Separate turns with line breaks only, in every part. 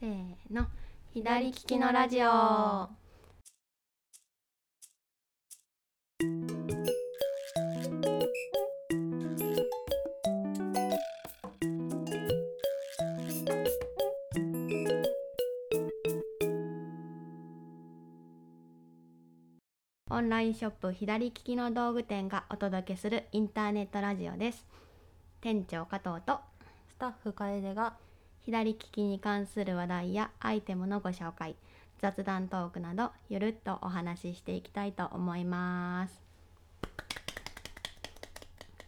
せーの左利きのラジオオンラインショップ左利きの道具店がお届けするインターネットラジオです店長加藤と
スタッフ楓が
左利きに関する話題やアイテムのご紹介雑談トークなどゆるっとお話ししていきたいと思います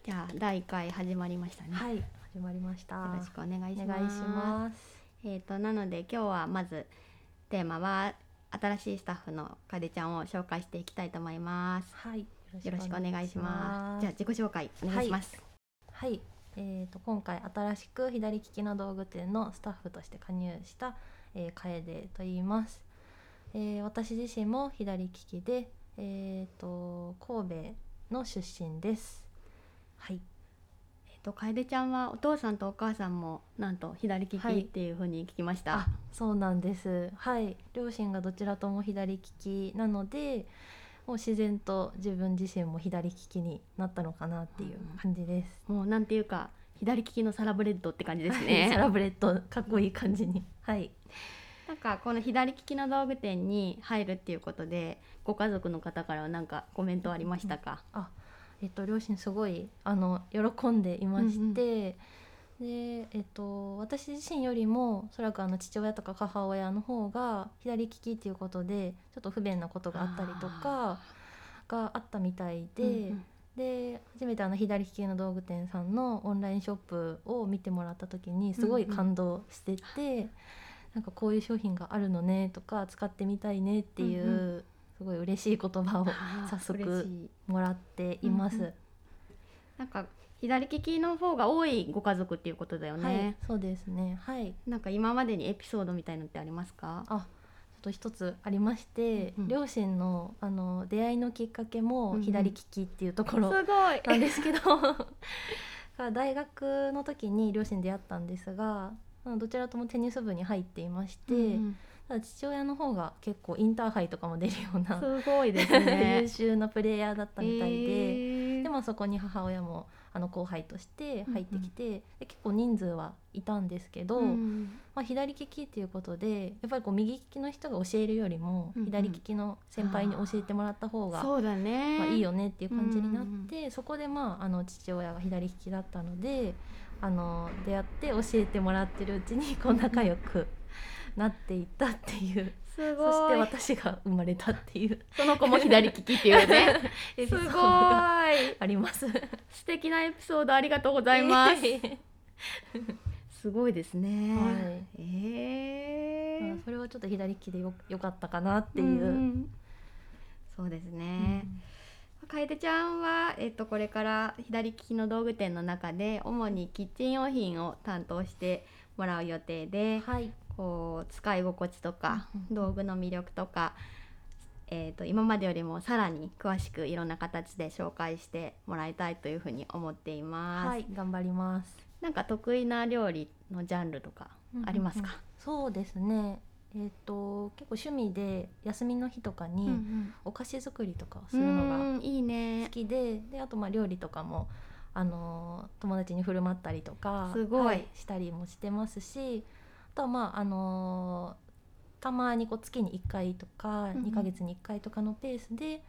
じゃあ第1回始まりましたね、よ
はい始まりました。
ろしくお願いし
お
ます
願いします。
えー、となので今日はまずテーマは新しいスタッフのかでちゃんを紹介していきたいと思います
はい
よろしくお願いしますじゃあ
じ
自己紹介お願いします、
ゃはいえっ、と今回新しく左利きの道具店のスタッフとして加入した、えー、楓と言います。えー、私自身も左利きでえっ、と神戸の出身です。はい
えっと楓ちゃんはお父さんとお母さんもなんと左利き
はい
っていうふうに聞きました、
あそうなんですはい両親がどちらとも左利きなのでもう自然と自分自身も左利きになったのかなっていう感じです、
もうなんていうか左利きのサラブレッドって感じです
サラ
ね
ブレッドかっこいい感じにはい
なんかこの左利きの道具店に入るっていうことでご家族の方からはなんかコメントありましたか、
あえっと両親すごいあの喜んでいまして、でえっと私自身よりもおそらくあの父親とか母親の方が左利きっていうことでちょっと不便なことがあったりとかがあったみたいで。
うんうん
で初めてあの左利きの道具店さんのオンラインショップを見てもらった時にすごい感動してて、なんかこういう商品があるのねとか使ってみたいねっていう、
うん
すごい嬉しい言葉を
あー
早速
嬉しい
もらっています。
うんうんなんか左利きの方が多いご家族っていうことだよね、
はい、そうですね。はい、
なんか今までにエピソードみたいのってありますか
あちょっと一つありまして、
うんうん
両親のあの出会いのきっかけ
うんう
も
ん
左利きっていうところ
すごい
なんですけど が大学の時に両親出会ったんですがまあどちらともテニス部に入っていまして、
うん
ただ父親の方が結構インターハイとかも出るような、
うんすごいです ね
優秀なプレイヤーだったみたいで、
えー
でもそこに母親もあの後輩として入ってきて、で結構人数はいたんですけど、
うん
まあ、左利きっていうことでやっぱりこう右利きの人が教えるよりも
うんうん
左利きの先輩に教えてもらった方が
そうだね、
まあ、いいよねっていう感じになっ
うん
て、そこでまああの父親が左利きだったのであの出会って教えてもらってるうちにこう仲良くなっていったっていう
すごい
そして私が生まれたって いう
その子も左利きっていうね
エピ
す
ソ
ごい
ードがあります。ご
素敵なエピソードありがとうございます すごいですね、
は
えー
それはちょっと左利きでよよかったかなっていう。
んんそうです
う
ね、
ん
楓ちゃんは、えっと、これから左利きの道具店の中で主にキッチン用品を担当してもらう予定で
はい、
こう使い心地とか
うんうん
道具の魅力とか、えっと今までよりもさらに詳しくいろんな形で紹介してもらいたいというふうに思っています。
はい、頑張ります。
なんか得意な料理のジャンルとかありますか、
そうですね。えっ、と結構趣味で休みの日とかにお菓子作りとかをするのが
うんいい
好
ね
きでであとまあ料理とかも、あのー友達に振る舞ったりとか
すごい
はしたりもしてますしあとはまあ、あのーたまにこう月に1回とか
んうん
2ヶ月に1回とかのペースで、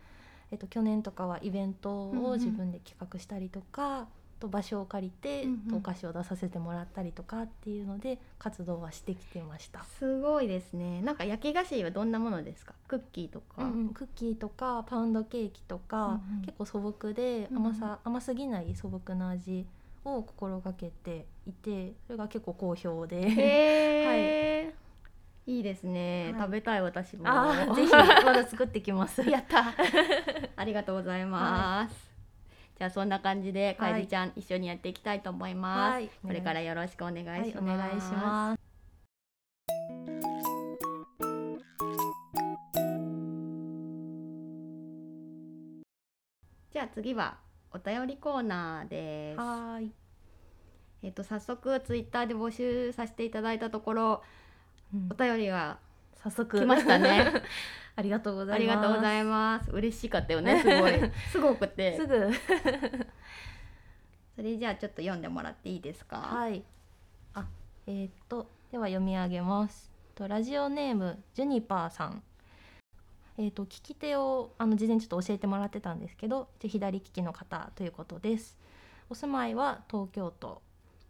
えっと、去年とかはイベント
うんうん
を自分で企画したりとか。あと場所を借りて、
うんうん
お菓子を出させてもらったりとかっていうので活動はしてきてました、
すごいですねなんか焼き菓子はどんなものですかクッキーとか、
うんうんクッキーとかパウンドケーキとか、
うんうん
結構素朴で
うんうん
甘さ、甘すぎない素朴な味を心がけていてそれが結構好評で、
へーいいですね、
はい
食べたい私も
あ あぜひまだ作ってきます。
やった ありがとうございます、じゃあそんな感じで
はい
楓ちゃん、一緒にやっていきたいと思います、
はい、
これからよろしくお願いし
はいお
ま
願
す、
いします。
じゃあ次はお便りコーナーです
はーい
えっと早速ツイッターで募集させていただいたところ
うん
お便りが
早速
来ましたね
ありがとうご ざ
あ
い
り
ます
がとうございます嬉しかったよ ねすごいすごくて
すぐ
それじゃあちょっと読んでもらっていいですか
はい。あ、えーっと、では読み上げます。とラジオネームジュニパーさん。えーっと、聞き手をあの事前にちょっと教えてもらってたんですけど、一応左利きの方ということです。お住まいは東京都。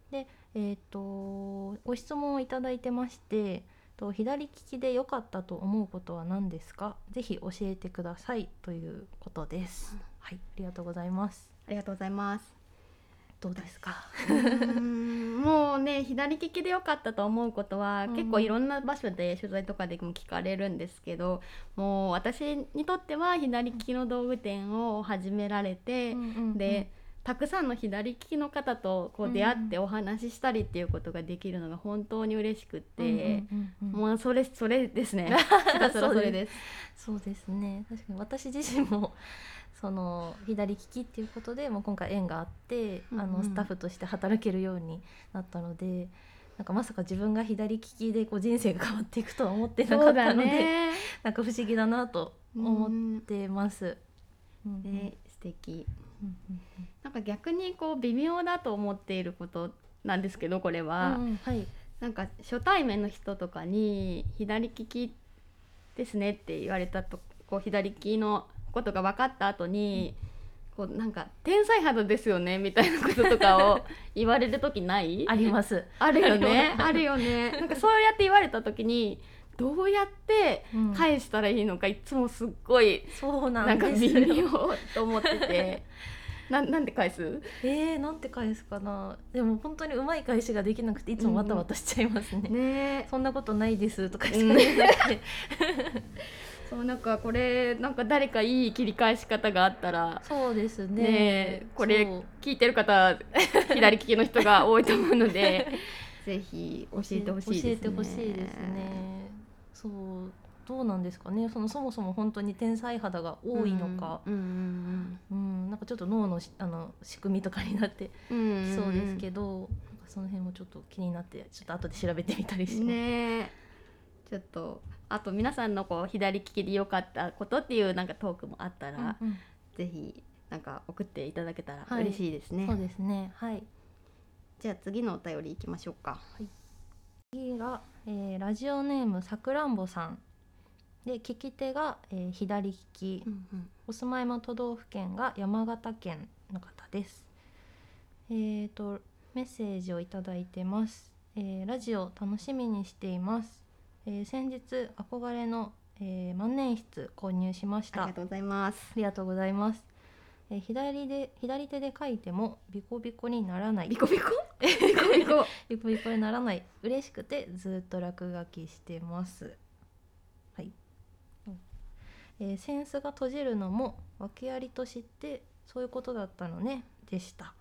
で、えーっと、ご質問をいただいてまして。と左利きで良かったと思うことは何ですか。ぜひ教えてくださいということです。はい、ありがとうございます。
ありがとうございます
どうですか。
うーんもうね左利きで良かったと思うことは、
うん
結構いろんな場所で取材とかでも聞かれるんですけどもう私にとっては左利きの道具店を始められて、で、たくさんの左利きの方とこ
う
うん出会ってお話ししたりっていうことができるのが本当に嬉しくて、
うんうんうんうん
もうそれそれです ね ひたすらそれです。
そうですね確かに私自身も その左利きっていうことで、まあ、今回縁があって、あ
うんう
の
ん
スタッフとして働けるようになったのでなんかまさか自分が左利きでこう人生が変わっていくとは思ってなか
そう
った
だ
ので、
ね。
なんか不思議だなと
う
思っ
ん
てます。うんうん
ね素敵。
うん
なんか逆にこう微妙だと思っていることなんですけどこれ
う
は、
んうんはい
なんか初対面の人とかに「左利きですね」って言われたとこう左利きのことが分かった後に、こうなんか「天才肌ですよね」みたいなこととかを言われる時ない
あります。
あるよね
あ
あるよねなんかそうやって言われた時にどうやって
うん
返したらいいのかいつもすっごい
そうな
なん
ん
か
です
微
よ
妙と思っててななんで返す
えー、なんて返すかなでも本当にうまい返しができなくていつもわたわたしちゃいますね。
ね
そんなことないですとかしか言えなくて
そうなんかこれなんか誰かいい切り返し方があったら
そうですね
ねえこれ
そう
聞いてる方 左利きの人が多いと思うので ぜひ教えてほしいですね。
教えてほしいですねそうどうなんですかねそのそもそも本当に天才肌が多いのか、
うんうん
うんなんかちょっと脳のしあの仕組みとかになって
うんうんうん
き
ん
そうですけど、なんかその辺もちょっと気になってちょっと後で調べてみたりします。
ねえちょっとあと皆さんのこう左利きで良かったことっていうなんかトークもあったら、
うんうん
ぜひなんか送っていただけたら
はい
嬉しいですね。
そうですねはい
じゃあ次のお便りいきましょうか。
次が、えーラジオネームさくらんぼさんで聞き手が、えー左利きお住まいの都道府県が山形県の方です。えー、とメッセージをいただいてます。えーラジオ楽しみにしています。えー先日憧れの、えー万年筆購入しまし
あ
た。
りがとうございます
あ。りがとうございます。えー左で左手で書いてもビコビコにならない。
ビコビコ ビコビコ
ビコビコにならない。嬉しくてずっと落書きしてます。はい。うんえーセンスが閉じるのも訳ありと知ってそういうことだったのねでした。あ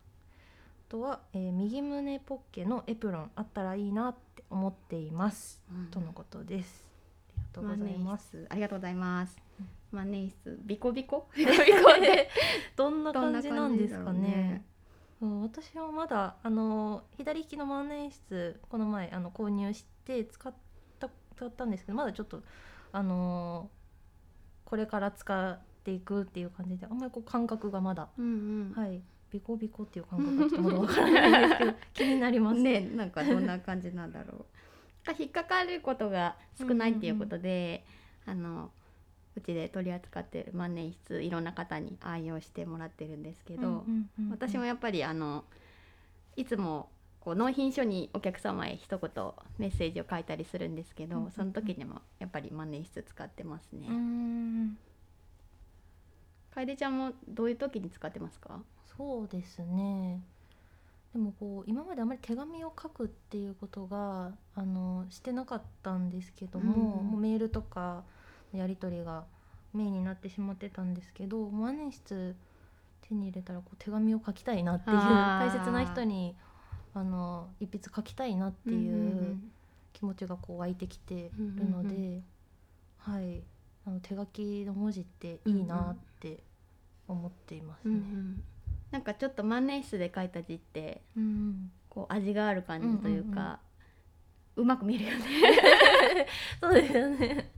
とは、えー右胸ポッケのエプロンあったらいいなって思っています。とのことです。ありがとうございます。
す。ありがとうございます
うん。
万年筆ビコビコ
どんな感じなんで す
ど
か
んな感じだろう
ね
ね。
うん私はまだあの左利きの万年筆この前あの購入して使った使ったんですけどまだちょっとあのこれから使っていくっていう感じであんまりこう感覚がまだ、
うんうん。
はいビコビコっていう感覚がちょっとまだわからないんですけ ど気になります。
ねなんかどんな感じなんだろう。引っかかることが少ないっていうことで、あのうちで取り扱ってる万年筆いろんな方に愛用してもらってるんですけ
け
ど、私もやっぱりあのいつもこう納品書にお客様へ一言メッセージを書いたりするんですけど、
うんうんうん
その時にもやっぱり万年筆使ってますね。
うん
楓ちゃんもどういう時に使ってますか？
そうですねでもこう今まであまり手紙を書くっていうことがあのしてなかったんですけども,、
うん
もうメールとかのやり取りがメインになってしまってたんですけど万年筆手に入れたらこう手紙を書きたいなっていう
あ
大
ー
切な人にあの一筆書きたいなっていう気持ちがこう湧いてきてるので、
うんう
はいあの手書きの文字っていいなって思っています
うんう
ね。
んなんかちょっと万年筆で書いた字って
うん
こう味がある感じというか、うまく見えるよね。
そうですよね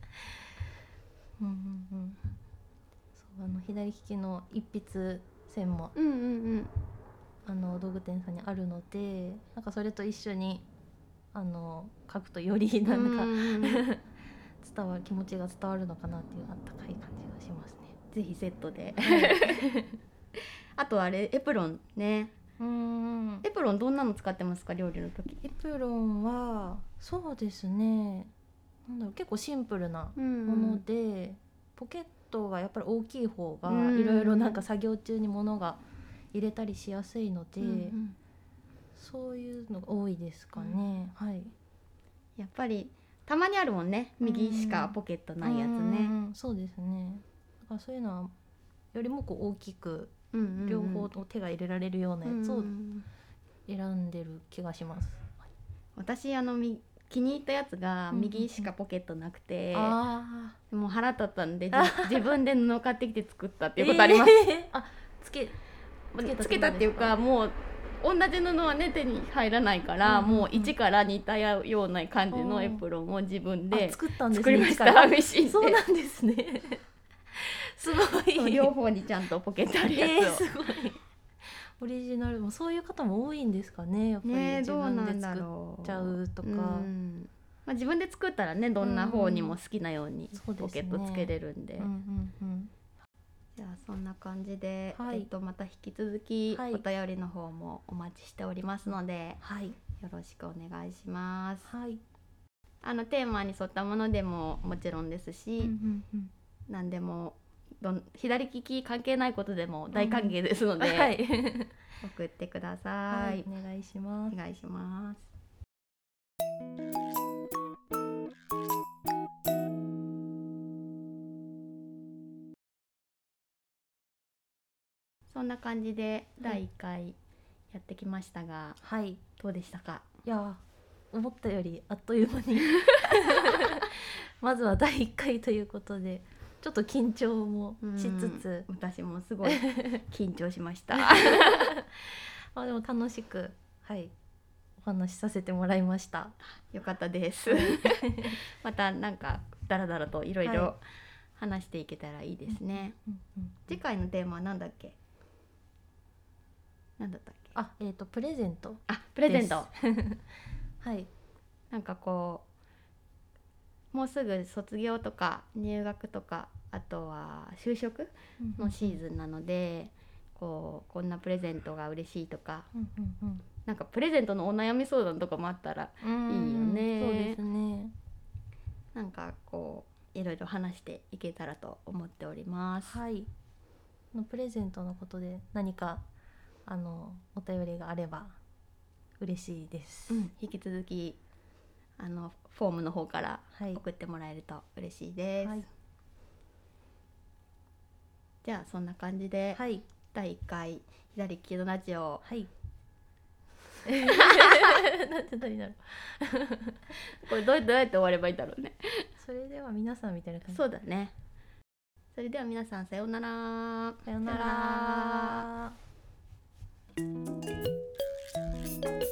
うんうんうんそうあの左利きの一筆線も
うんうん
あの道具店さんにあるのでなんかそれと一緒にあの書くと より
う
なんんか、
うんか
伝わる気持ちが伝わるのかなっていうあったかい感じがしますね。
ぜひセットで あとあれエプロンね
うん
エプロンどんなの使ってますか料理の時
エプロンはそうですねなんだろう結構シンプルな
うん
もので、ポケットがやっぱり大きい方が
うん
いろいろなんか作業中に物が入れたりしやすいので、
うんうん
そういうのが多いですかね。はい。
やっぱりたまにあるもんね右しかポケットないやつ
う
ね
ん。そうですね。だからそういうのはよりもこう大きく
うんうんうん
両方と手が入れられるようなやつを選んでる気がします。
私あのみ気に入ったやつが
うんうん
右しかポケットなくて、
ああ。
もう腹立ったん でじ自分で布買ってきて作ったっ
って
いうことあり ます、。
あ、つけ、
つけたっていうか
も
もう同じ布はね手に入らないから、
うんうんうん
もう一から似たような感じのエプロンを自分
う
で
作ったんです
作
ね
りまし
一か
た
ら
ミシンで
そうなんですね。す
そ
ご
う
い。
両方にちゃんとポケットあるや
えー
つを、
すごい。オリジナルもそういう方も多いんですかね。やっぱり
ねえ
自
どうな
分
ん
で
だ
作っ
ろう
ちゃうとか。
うんまあ、自分で作ったらねどんな方にも好きなように
そうで
ポ
すね
ケットつけれるんで、
うんうん
じゃあそんな感じで、
はい
えっとまた引き続き
はい
お便りの方もお待ちしておりますので、
はい
よろしくお願いします。
はい。
あのテーマに沿ったものでももちろんですし、
うんうん
何でもどん左利き関係ないことでも大歓迎ですの
うん
で、
はい。
送ってくださ。
はいいお願いしま
お
す。
願いします。そんな感じで第1回やってきましたが、
はい。い
どうでしたか
やー、思ったよりあっという間 に。まずは第一回ということで、ちょっと緊張もしつつ。
うん私もすご い緊張しました
まあでも楽しくはいお話しさせてもらいました。
よかったです またなんかダラダラといろい
は
ろ話していけたらいいですね、
うんうん
次回のテーマは何だっけ何だったっけ
あえっ、とプレゼント
あプレゼント
はい
なんかこうもうすぐ卒業とか入学とかあとは就職のシーズンなので、こうこんなプレゼントが嬉しいとか
うんうん
なんかプレゼントのお悩み相談とかもあったら
うん
いいよね
そうですね
なんかこういろいろ話していけたらと思っております。
はいこのプレゼントのことで何かあのお便りがあれば嬉しいです。
うん引き続きあのフォームの方から
はい
送ってもらえると嬉しいです。
はい
じゃあそんな感じで、
はい
第1回左利きのラジオ
はい。なんて何だろう。
これどうやってどうやって終わればいいんだろうね。
それでは皆さんみたいな感じ。
そうだね。それでは皆さんさようなら。
さような
さような
ら。